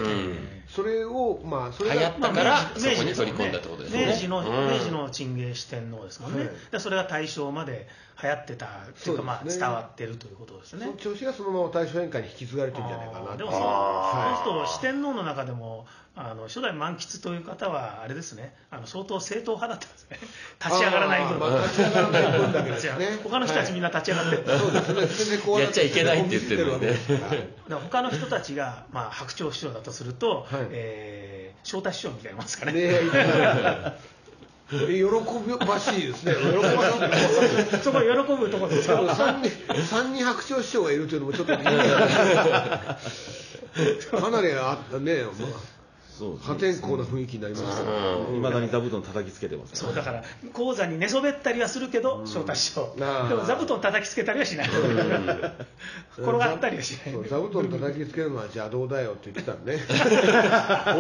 Speaker 4: それをまあそれ
Speaker 2: 流行った
Speaker 3: まあ
Speaker 2: から
Speaker 3: 明治
Speaker 2: そこに取
Speaker 3: 明治ですもん
Speaker 2: り込んだってことですよね
Speaker 3: 明治の
Speaker 2: うん
Speaker 3: 明治のチンゲン四天王ですもんね、
Speaker 4: はい
Speaker 3: だからそれが大正まで流行ってたっていうかま
Speaker 4: そう
Speaker 3: あ
Speaker 4: です
Speaker 3: 伝
Speaker 4: ね
Speaker 3: わってるということです
Speaker 4: そ
Speaker 3: ね
Speaker 4: の調子がそのまま大正演歌に引き継がれてるんじゃないか
Speaker 3: あ
Speaker 4: な
Speaker 3: ー
Speaker 4: と
Speaker 3: でもその
Speaker 2: あー
Speaker 3: その人四天王の中でもあの初代満喫という方はあれですねあの相当正統派だったんですね立ち上がらない分、
Speaker 4: あーまあ立ち上がらない分だけ
Speaker 3: [LAUGHS]
Speaker 4: ですね
Speaker 3: 他の人たちみんな立ち上がってる、
Speaker 4: そうですね全然こう
Speaker 2: やっちゃいけないって言ってるのね
Speaker 4: こう見せてるわけですから
Speaker 3: だから他の人たちが、まあ、白鳥師匠だとすると、
Speaker 4: はい
Speaker 3: えー昇太師匠みたいなもんですかね
Speaker 4: ねえいや喜ばしいですね喜ばしい
Speaker 3: [LAUGHS] そこ喜ぶところです
Speaker 4: しかも
Speaker 3: よ
Speaker 4: 3人三人白鳥師匠がいるというのもちょっと意味がかなりあったね、ま
Speaker 1: そう
Speaker 4: あ、破天荒な雰囲気になりましたね
Speaker 1: いまだに座布団叩きつけてますから
Speaker 3: そうだから講座に寝そべったりはするけど、昇太師匠で
Speaker 4: あー
Speaker 3: も座布団叩きつけたりはしない転がったりはしない
Speaker 4: そう座布団叩きつけるのは邪道だよって言ってたのね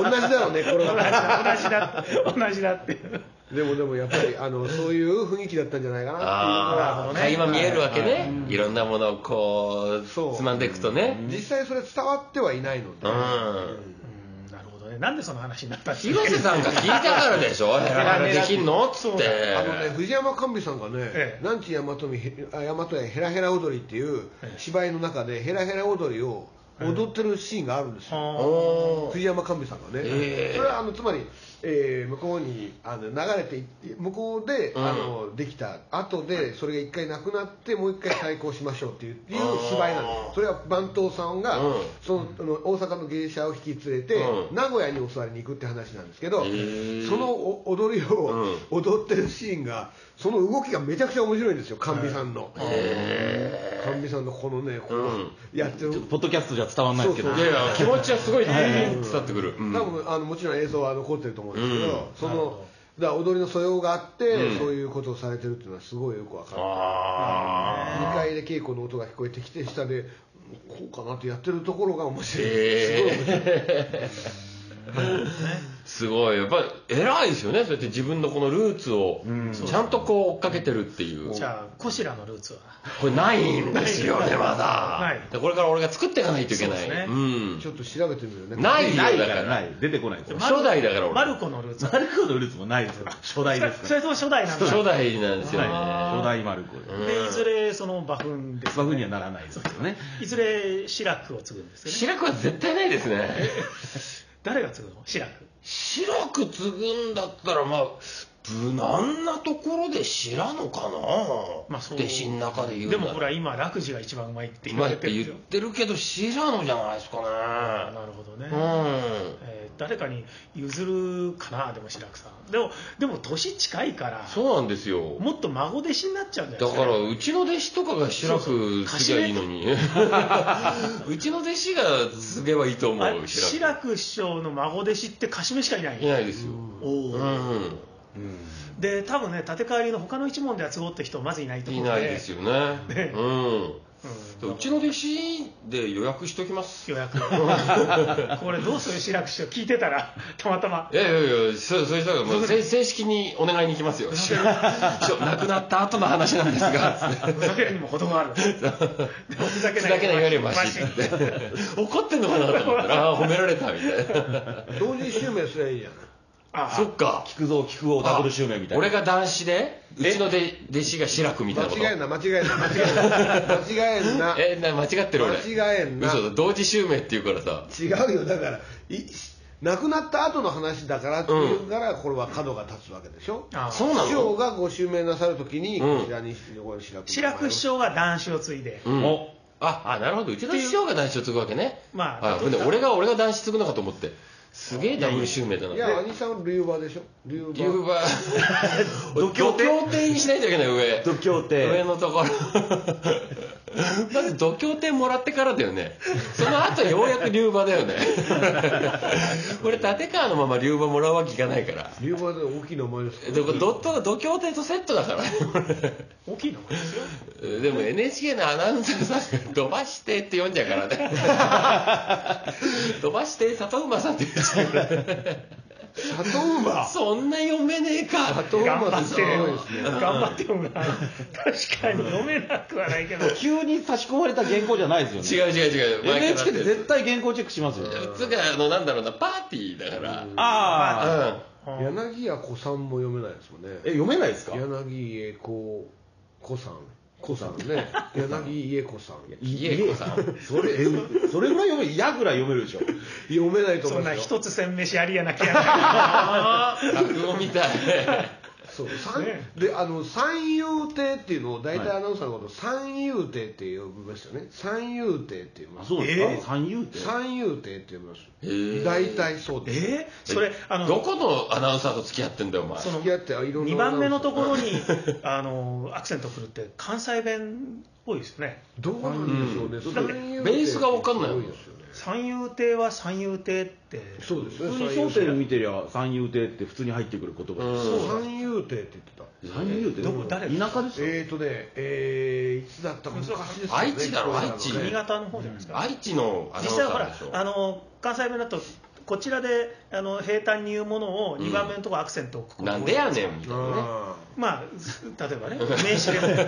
Speaker 4: 同じだよねこれは
Speaker 3: 同じだ同じだっていう
Speaker 4: でもでもやっぱりあのそういう雰囲気だったんじゃないかなっていう
Speaker 3: なる
Speaker 2: あ
Speaker 3: ほど
Speaker 2: あ、
Speaker 3: ね
Speaker 2: 垣間見えるわけね、い、ろんなものをこう
Speaker 4: そう
Speaker 2: つまんでいくとね
Speaker 4: 実際それ伝わってはいないので、
Speaker 2: うん、
Speaker 3: うんなるほどねなんでその話になったんですか
Speaker 2: 広瀬さんが [LAUGHS] 聞いたからでしょヘラヘラできんのっつって
Speaker 4: あのね藤山寛美さんがね「
Speaker 3: ええ
Speaker 4: なんち大和みへあ大和へヘラヘラ踊り」っていう芝居の中でヘラヘラ踊りを踊ってるシーンがあるんですよ、
Speaker 2: おー
Speaker 4: 藤山寛美さんがね、
Speaker 2: ええ
Speaker 4: それはあのつまり、えー向こうにあの流れていって向こうで、
Speaker 2: ん
Speaker 4: あのできた後でそれが一回なくなってもう一回再興しましょうっていういう芝居なんですよそれは番頭さんが、
Speaker 2: うん
Speaker 4: そのあの大阪の芸者を引き連れて、
Speaker 2: うん
Speaker 4: 名古屋に襲われに行くって話なんですけど、
Speaker 2: へー
Speaker 4: そのお踊りを踊ってるシーンがその動きがめちゃくちゃ面白いんですよ甘美さんの甘美さんのこのねこの
Speaker 2: うん
Speaker 4: やってる、
Speaker 1: ちょっとポッドキャストじゃ伝わらないですけど
Speaker 2: いやいや気持ちはすごい伝わってくる、うん
Speaker 4: 多分あのもちろん映像は残ってると思うんですけ
Speaker 2: う
Speaker 4: ど、
Speaker 2: ん
Speaker 4: そ
Speaker 3: なるほ
Speaker 4: の
Speaker 3: ど
Speaker 4: だから踊りの素養があって、
Speaker 2: うん
Speaker 4: そういうことをされてるっていうのはすごいよくわかる
Speaker 2: あ
Speaker 4: 2階で稽古の音が聞こえてきて下でこうかなってやってるところが面白い、
Speaker 2: え
Speaker 4: すごい面白い
Speaker 2: すごいやっぱり偉いですよねそうやって自分のこのルーツをちゃんとこう追っかけてるっていう、
Speaker 3: じゃあコシラのルーツは
Speaker 2: これないんですよねま
Speaker 3: な
Speaker 2: だ
Speaker 3: い
Speaker 2: でこれから俺が作っていかないといけない
Speaker 3: そうですね
Speaker 2: ん
Speaker 4: ちょっと調べてみるね
Speaker 2: ないよ
Speaker 1: ない
Speaker 2: だ
Speaker 1: か
Speaker 2: からら
Speaker 1: ない出てこないです
Speaker 2: 初代だから俺
Speaker 3: マルコのルーツは
Speaker 1: マルコのルーツもないですよ初代です
Speaker 3: そ
Speaker 1: か
Speaker 3: れとも初代なんだ
Speaker 2: 初代なんですよね
Speaker 3: あ
Speaker 1: ら初代マルコで
Speaker 2: うん
Speaker 3: でいずれその馬糞です
Speaker 1: 馬風にはならないですけどね
Speaker 3: いずれシラクを継ぐんですよね
Speaker 2: 白くは絶対ないですね
Speaker 3: 誰が継ぐのシラク
Speaker 2: 白く継ぐんだったらまあ無難なところで白のかな、
Speaker 3: まあそう
Speaker 2: 弟子の中で言う
Speaker 3: で
Speaker 2: な
Speaker 3: もほら今楽寺が一番うまいって
Speaker 2: う
Speaker 3: 言わ
Speaker 2: まい
Speaker 3: れ
Speaker 2: ってて
Speaker 3: る
Speaker 2: 言
Speaker 3: んですよ
Speaker 2: ってるけど白のじゃないですか
Speaker 3: あ
Speaker 2: ね
Speaker 3: なるほどね、
Speaker 2: うん
Speaker 3: えー誰かに譲るかなでも白くさんでもでも年近いから
Speaker 2: そうなんですよ
Speaker 3: もっと孫弟子になっちゃうんじゃ
Speaker 2: だ
Speaker 3: ないです
Speaker 2: か
Speaker 3: から
Speaker 2: うちの弟子とかが白く継ぎゃいいの [LAUGHS] にうちの弟子が継げばいいと思
Speaker 3: あ
Speaker 2: う
Speaker 3: れ
Speaker 2: 白く
Speaker 3: 白く師匠の孫弟子ってかしめしかいない
Speaker 2: いないですよ
Speaker 3: おお
Speaker 2: う
Speaker 3: ー、
Speaker 2: ん
Speaker 3: で多分ね立川流の他の一門では都合って人まずいないと
Speaker 2: い
Speaker 3: 思う
Speaker 2: ないですよね
Speaker 3: ね
Speaker 2: うん
Speaker 3: うん
Speaker 2: うちの弟子で予約しときます。い
Speaker 3: 予
Speaker 2: [LAUGHS]
Speaker 3: 約これどうする志らく師匠聞いてたらたまたま
Speaker 2: やいやいや、そそうしたらもう正正式にお願いに行きますよ。師匠、亡くなった後の話なんですが、つっ
Speaker 3: ふざけるにも程
Speaker 4: [LAUGHS]
Speaker 3: があるでもふざ
Speaker 2: て
Speaker 3: け
Speaker 2: ふ
Speaker 3: な
Speaker 2: ざ
Speaker 3: い
Speaker 2: けないよりマシって。怒ってんのかなと思ったら、 [LAUGHS] ああー、褒められたみたいな。
Speaker 4: 同時襲名すりゃいいじゃない
Speaker 3: あ
Speaker 2: そっか。
Speaker 1: 菊蔵菊王ダブル襲名みたいな
Speaker 2: 俺が男子で、うちので弟子が志らくみたいなこと。
Speaker 4: 間違えんな間違えんな間違えんな間違えんな
Speaker 2: え、な間違ってる俺。
Speaker 4: 間違えんな
Speaker 2: 嘘だ、同時襲名って言うからさ。
Speaker 4: 違うよだからい亡くなった後の話だからっていうから、これは角が立つわけでしょ
Speaker 3: あ
Speaker 2: そうな
Speaker 4: 師匠
Speaker 2: の
Speaker 4: がご襲名なさるときに、
Speaker 2: うん
Speaker 4: こちらにこれ志らく
Speaker 3: 志らく師匠が男子を継いで、
Speaker 2: うん
Speaker 1: お
Speaker 2: あ、あ、なるほど。うちの師匠が男子を継ぐわけね。
Speaker 3: まあ
Speaker 2: あ、ほんで、俺が、俺が男子継ぐのかと思って。すげえダブル襲名だな。
Speaker 4: いや兄さんは竜馬でしょ竜馬
Speaker 2: 牛 [LAUGHS] 馬
Speaker 1: 度胸亭
Speaker 2: 度亭にしないといけない上
Speaker 1: 度胸
Speaker 2: 上
Speaker 1: 亭
Speaker 2: の [LAUGHS] ところまず度胸亭もらってからだよねその後ようやく龍馬だよ [LAUGHS] ねこれ立川のまま龍馬もらうわけいかないから
Speaker 4: 竜馬で大きい名前ですか
Speaker 2: えでこれドットが度胸亭とセットだから
Speaker 3: 大きいのですよ
Speaker 2: えでも NHK のアナウンサーさんが「飛ばして」って読んじゃうからね
Speaker 3: [LAUGHS]
Speaker 2: 「飛ばして里馬さん」って言っちゃうから
Speaker 4: 里馬
Speaker 2: そんな読めねえか里
Speaker 3: 頑張って
Speaker 4: そうですね
Speaker 3: 頑張ってもな確かに読めなくはないけど
Speaker 1: 急に差し込まれた原稿じゃないですよね
Speaker 2: 違う違う違う前から
Speaker 1: NHK で絶対原稿チェックしますよ
Speaker 2: つうかあのなんだろうなパーティーだからうん
Speaker 1: ああ
Speaker 4: 柳家小さんも読めないですもんね
Speaker 1: え読めないですか
Speaker 4: 柳家子子さん子さんね柳家子さん
Speaker 2: 家子さん
Speaker 1: それえそれぐらい読めやぐらい読めるでしょ
Speaker 4: 読めないと思
Speaker 3: そ
Speaker 4: うん
Speaker 3: な
Speaker 4: ですよ
Speaker 3: 一つ鮮明しありやなきゃな
Speaker 2: 落語みたい
Speaker 3: [LAUGHS]
Speaker 4: そう三
Speaker 3: ね
Speaker 4: であの三遊亭っていうのを大体アナウンサーのことを三遊亭って呼びましたよね三遊亭って言い
Speaker 1: あ
Speaker 4: ます
Speaker 1: そうですか、
Speaker 3: えー
Speaker 1: 三遊亭
Speaker 4: 三遊亭って呼びます
Speaker 2: へー
Speaker 4: 大体そうです
Speaker 3: [LAUGHS] えーそれあ
Speaker 2: ど
Speaker 3: の
Speaker 2: このアナウンサーと付き合ってんだよお前
Speaker 3: その
Speaker 4: 付き合ってあいろんな
Speaker 3: 2番目の
Speaker 4: アナウ
Speaker 3: と
Speaker 4: ン
Speaker 3: ころ
Speaker 4: [LAUGHS]
Speaker 3: にあのアクセントくるって関西弁っぽいですよね
Speaker 4: どうなんでしょうね、
Speaker 3: うん
Speaker 4: 三遊亭
Speaker 2: ベースが分かんないもん
Speaker 4: すごですよね
Speaker 3: 三遊亭は三遊亭って
Speaker 4: そうですね
Speaker 1: 普通に商店見てりゃ三遊亭って普通に入ってくる言葉です、
Speaker 4: 三遊亭って言ってた
Speaker 1: 三遊亭
Speaker 3: どこ誰
Speaker 1: 田舎ですよ、
Speaker 4: えーとねえー、いつだったか昔ですよね
Speaker 2: 愛知だろ
Speaker 4: こういうの
Speaker 2: 愛知
Speaker 3: 新
Speaker 4: ね
Speaker 3: 潟の方じゃないですか、
Speaker 2: 愛知のアナウン
Speaker 3: 実
Speaker 2: サ
Speaker 3: 際ほ
Speaker 2: ー
Speaker 3: ら
Speaker 2: でしょ
Speaker 3: あの関西弁だとこちらであの平坦に言うものを2番目のところアクセントを置くこと
Speaker 2: なんでやねんみたいなね
Speaker 4: あー
Speaker 3: まあ例えばね名詞で
Speaker 2: [LAUGHS]
Speaker 3: も
Speaker 1: いや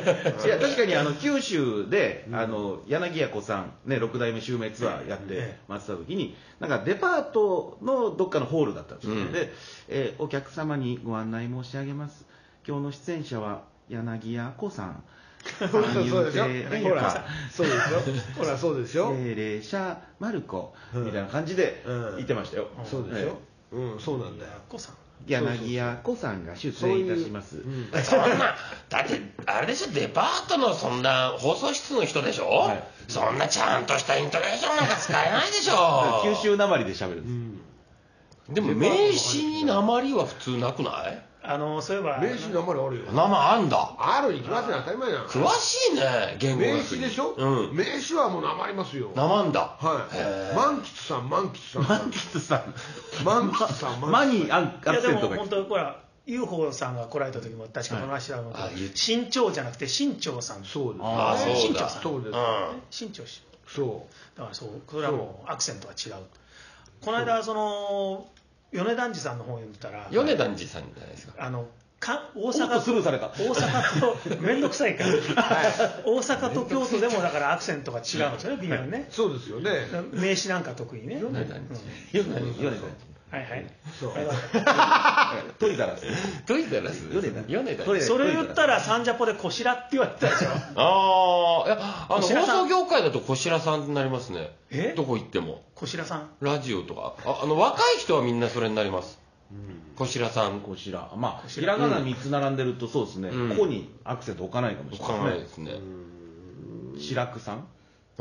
Speaker 1: 確かにあの九州で、あの柳家子さん、ね、6代目襲名ツアーやっ
Speaker 3: うん
Speaker 1: て待ってた時になんかデパートのどっかのホールだったんですよ、
Speaker 2: うん
Speaker 1: で、えーお客様にご案内申し上げます今日の出演者は柳家子さん
Speaker 4: [LAUGHS] そうそう
Speaker 1: 三
Speaker 4: [LAUGHS]
Speaker 1: 遊
Speaker 4: そうでしょ
Speaker 1: 亭
Speaker 4: ほ
Speaker 1: ほ
Speaker 4: ら
Speaker 1: ら
Speaker 4: そうですよほらそうですよ、
Speaker 1: 霊霊者マルコ
Speaker 4: うん
Speaker 1: みたいな感じで
Speaker 4: うん
Speaker 1: 言ってましたよ、
Speaker 4: そうでしょ、うんそうなんだよ
Speaker 3: こさん
Speaker 1: 柳家子さんが出演いたします
Speaker 4: うん
Speaker 2: [LAUGHS] そんなだってあれでしょデパートのそんな放送室の人でしょ、
Speaker 1: はい
Speaker 2: そんなちゃんとしたイントネーションなんか使えないでし
Speaker 1: だ
Speaker 2: ょ
Speaker 1: [LAUGHS] から九州なまりで喋るんです、
Speaker 2: でも名詞に鉛は普通なくない
Speaker 3: あのそういえば
Speaker 4: 名刺の名前あるよ
Speaker 2: 鉛あんだ
Speaker 4: あるに決まってない当たり前じゃん
Speaker 2: 詳しいね言語学に
Speaker 4: 名刺でしょ、
Speaker 2: うん
Speaker 4: 名刺はもうなまりますよ
Speaker 2: 生んだ
Speaker 4: はい満吉さん満吉さん満
Speaker 1: キツさ
Speaker 4: 吉さん
Speaker 1: んマニーアンア
Speaker 3: いや
Speaker 1: ク
Speaker 3: で
Speaker 1: セン
Speaker 3: も
Speaker 1: トが来
Speaker 3: 本
Speaker 1: て
Speaker 3: 当ほら UFO さんが来られた時も確かこの話だもん、
Speaker 2: はいあ言っ
Speaker 3: 新潮じゃなくて新潮さん
Speaker 4: そうです
Speaker 2: あ
Speaker 1: ー
Speaker 2: あそう
Speaker 3: 新庄
Speaker 2: だ
Speaker 3: さん
Speaker 4: そうです
Speaker 2: うん
Speaker 3: 新潮氏
Speaker 4: そ
Speaker 3: だからそうこれはもうアクセントが違うこの間その米團次さんの本を読んでたら、
Speaker 2: 米團次さんじゃないですか。
Speaker 3: あのか大
Speaker 1: おっとスルー
Speaker 3: 阪
Speaker 1: された。
Speaker 3: 大阪と、めんどくさいから、大阪と京都でもだからアクセントが違うんですよね、微妙にね、
Speaker 4: そうですよね。
Speaker 3: 名詞なんか特にね、
Speaker 2: 米團次。
Speaker 1: ヨネダンジ。ヨネ
Speaker 3: はいはい、
Speaker 4: そう。
Speaker 1: ダンジ。トリザラス。
Speaker 2: どういったらす
Speaker 1: 米團次
Speaker 2: 米團
Speaker 1: そ
Speaker 2: 次
Speaker 1: れ
Speaker 3: それ言ったら、サンジャポでこしらって言われたでしょ、
Speaker 2: ああ、いや、あの、
Speaker 3: こし
Speaker 2: 放
Speaker 3: らさん
Speaker 2: 送業界だとこしらさんになりますね。
Speaker 3: え
Speaker 2: どこ行っても。
Speaker 3: こしらさん、
Speaker 2: ラジオとか。ああの、若い人はみんなそれになります。こしらさん。
Speaker 1: こちら。まあ、ひらがな3つ並んでるとそうですね、
Speaker 2: うん
Speaker 1: ここにアクセント置かないかもし
Speaker 2: お
Speaker 1: れ
Speaker 2: か
Speaker 1: な
Speaker 2: ないい
Speaker 1: で
Speaker 2: ですすね。
Speaker 1: ね。白くさん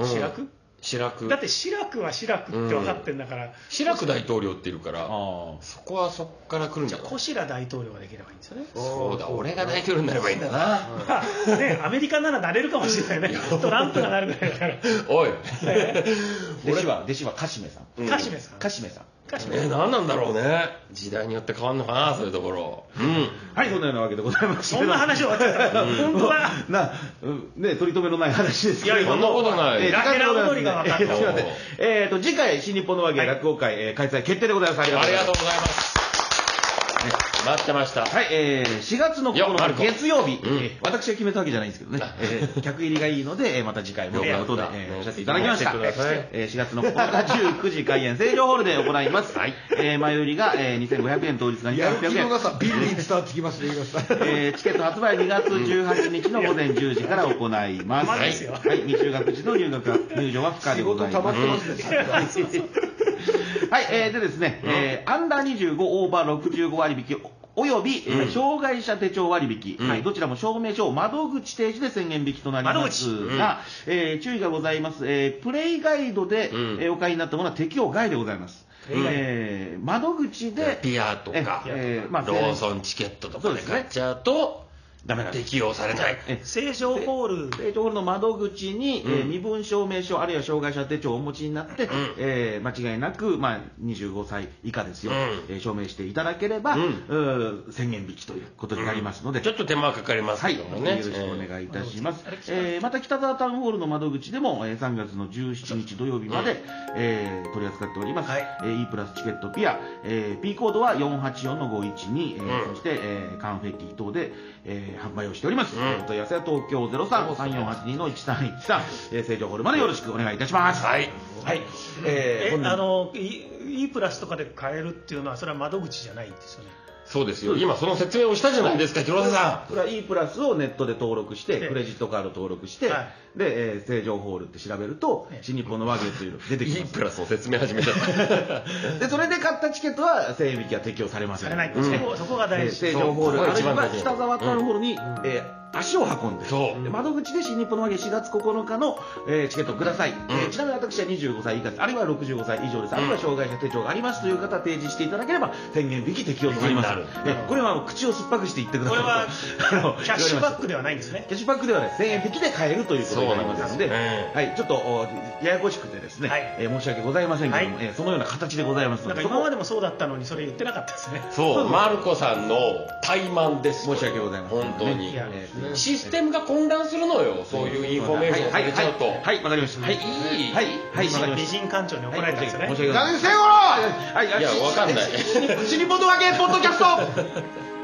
Speaker 3: 白く
Speaker 2: 白く
Speaker 3: だって白くは白くって分かってんだから、
Speaker 2: 白く大統領っているか
Speaker 1: あ
Speaker 2: ら、
Speaker 1: あ。
Speaker 2: そこはそこから来るんじ
Speaker 3: じゃ
Speaker 2: ゃ
Speaker 3: あ、
Speaker 2: ない
Speaker 3: こしら大統領ができればいいんですよね。
Speaker 2: そうだ、
Speaker 4: そう
Speaker 2: 俺が大統領になればいい
Speaker 1: [LAUGHS]
Speaker 2: んだな。
Speaker 3: まあ [LAUGHS] ね、アメリカならなれるかもしれないね、トランプがなるぐらいだから、
Speaker 2: おい。
Speaker 1: 弟子は、弟子はカシメさん。
Speaker 3: カシメさん、
Speaker 1: カシメさん。
Speaker 3: カシメさん
Speaker 2: [LAUGHS] え、何なんだろうね。時代によって変わんのかな、そういうところ。うん。
Speaker 1: はい、そんなようなわけでございまして。
Speaker 3: そんな話を終わってたら、本当だ、
Speaker 1: な、うんね、取り留めのない話ですけれども。
Speaker 2: いやそんなことない
Speaker 1: えー
Speaker 3: ラケラ踊りが分かった
Speaker 1: えーすいませんえーと、次回、新日本の和芸落語会、えー開催決定でございます。ありが
Speaker 2: あ
Speaker 1: とうご
Speaker 2: り
Speaker 1: ざ
Speaker 2: が
Speaker 1: い
Speaker 2: と
Speaker 1: ま
Speaker 2: うございます。待ってました。
Speaker 1: す。はい、えー、4月の
Speaker 2: よマル
Speaker 1: 9
Speaker 2: コ
Speaker 1: 日月曜日、
Speaker 2: うん
Speaker 1: えー私が決めたわけじゃないんですけどね、えー客入りがいいので、えーまた次回もということで、えーおっしゃっていただきました。
Speaker 2: おっしゃってください
Speaker 1: えー4月の9日19時開演、成城ホールで行います。はい。えー前売りが、えー2500円、当日が
Speaker 4: やる気
Speaker 1: 2800
Speaker 4: の
Speaker 1: 円
Speaker 4: な。さ、ビルに伝わってきますね、今さ。 [LAUGHS]
Speaker 1: えーチケット発売2月18日の午前10時から行います。
Speaker 3: まだ
Speaker 1: はい、
Speaker 3: ですよ
Speaker 1: はい未就学児の入学は入場は不可で
Speaker 4: 仕
Speaker 1: ご
Speaker 4: 事
Speaker 1: ざい
Speaker 4: 溜ま
Speaker 1: ま
Speaker 4: っ
Speaker 1: す。
Speaker 4: てますね。 [LAUGHS]
Speaker 3: [LAUGHS]
Speaker 1: はい、えーでですね、えーアンダー25オーバー65割引および、えー障害者手帳割引、
Speaker 2: ん
Speaker 1: はい、どちらも証明書を窓口提示で宣言引きとなりますが、えー注意がございます、えープレイガイドで、
Speaker 2: うん
Speaker 1: えーお買いになったものは適用外でございます、
Speaker 3: イガイ
Speaker 1: えー窓口で、
Speaker 2: ピアとか、
Speaker 1: えーまあ、
Speaker 2: ローソンチケットとかで買っちゃうと、
Speaker 1: ダメなんです
Speaker 2: 適用されない。
Speaker 1: え
Speaker 3: 成城ホール、
Speaker 1: えーところの窓口に、えー
Speaker 2: うん
Speaker 1: 身分証明書あるいは障害者手帳をお持ちになって、えー間違いなく、まあ、25歳以下ですよ、
Speaker 2: うん
Speaker 1: えー証明していただければ、
Speaker 2: うん
Speaker 1: うー宣言引きということになりますので、
Speaker 2: ちょっと手間はかかります
Speaker 1: は
Speaker 2: け
Speaker 1: い、
Speaker 2: どもね。
Speaker 1: よろしくお願いいたします
Speaker 3: あれ。北
Speaker 1: えーまた北沢タウンホールの窓口でも、えー3月の17日土曜日まで、えー取り扱っております。
Speaker 3: はい
Speaker 1: えー E プラスチケットピア、えー P コードは484の512、えー
Speaker 2: うん
Speaker 1: そして、えーカンフェッティ等で、えー販売をしております。
Speaker 2: うん
Speaker 1: えーお問い合わせは東京033482の1313、えー、成城ホールまでよろしくお願いいたします。。
Speaker 2: はいい。
Speaker 1: はい。えー
Speaker 3: え
Speaker 1: 本年
Speaker 3: あの E E プラスとかで買えるっていうのは、それは窓口じゃないんですよね。
Speaker 2: そうですよ。今その説明をしたじゃないですか、広瀬さ
Speaker 1: それは E プラスをネットで登録して、
Speaker 3: ええ
Speaker 1: クレジットカード登録して、
Speaker 3: は
Speaker 1: で、えー、成城ホールって調べると
Speaker 3: え、え
Speaker 1: 新日本の和牛というのが出
Speaker 2: ん。
Speaker 1: てき
Speaker 2: いい
Speaker 1: ます。
Speaker 2: プラスの説明始めちゃった。
Speaker 1: で、それで買ったチケットは、整備機は適用されません。
Speaker 3: されない、
Speaker 1: うん
Speaker 3: そこそこが
Speaker 1: え
Speaker 3: 大
Speaker 1: ー
Speaker 3: 事、
Speaker 1: 成城ホール、
Speaker 2: そ
Speaker 1: あ
Speaker 2: う
Speaker 1: るい
Speaker 2: 一番大
Speaker 1: は
Speaker 2: 事
Speaker 1: 北沢タウンホールに、えー足を運んで、
Speaker 2: そう
Speaker 1: で窓口で新日本の和牛4月9日の、えーチケットをください、えーちなみに私は25歳以下です、あるいは65歳以上です、あるいは障害者手帳がありますという方、提示していただければ、宣言引き適用となります
Speaker 2: なる。
Speaker 1: えーこれはあの口を酸っぱくして言ってくだ
Speaker 3: こ
Speaker 1: さい
Speaker 3: れ
Speaker 1: と。[LAUGHS]
Speaker 3: は
Speaker 1: あの
Speaker 3: キャッシュ
Speaker 1: 言われ
Speaker 3: バッ
Speaker 1: ます
Speaker 3: クではないんですね。
Speaker 1: キャッシュバックではね、1000円引きで買えるということになりますので、
Speaker 2: そうなんですね
Speaker 1: はい、ちょっとおややこしくてですね、
Speaker 3: はい
Speaker 1: えー申し訳ございませんけども、
Speaker 3: はい
Speaker 1: えーそのような形でございます
Speaker 3: な
Speaker 1: の
Speaker 3: んか
Speaker 1: で、そ
Speaker 3: 今
Speaker 1: こ
Speaker 3: ま
Speaker 1: は
Speaker 3: でもそうだったのに、それ言ってなかったですね。
Speaker 2: [LAUGHS] そう、マルコさんの怠慢です。
Speaker 1: 申し訳ございません。
Speaker 2: 本当に
Speaker 3: い。や
Speaker 1: えー
Speaker 2: システムが混乱するのよ、そういうインフォメーションをさ
Speaker 1: はい、
Speaker 2: れちゃうと。
Speaker 1: はい、はいわかりました。はい、
Speaker 2: いい
Speaker 1: はい、はい、わかりま
Speaker 3: 美
Speaker 1: した。
Speaker 3: 人館長に怒られたんですよね。
Speaker 1: 申し訳ございません。
Speaker 4: 男性ごろ
Speaker 1: はい、 [LAUGHS]
Speaker 2: いや、わかんない。
Speaker 1: 死に死に死に死に死に死に死に死に死に死に死に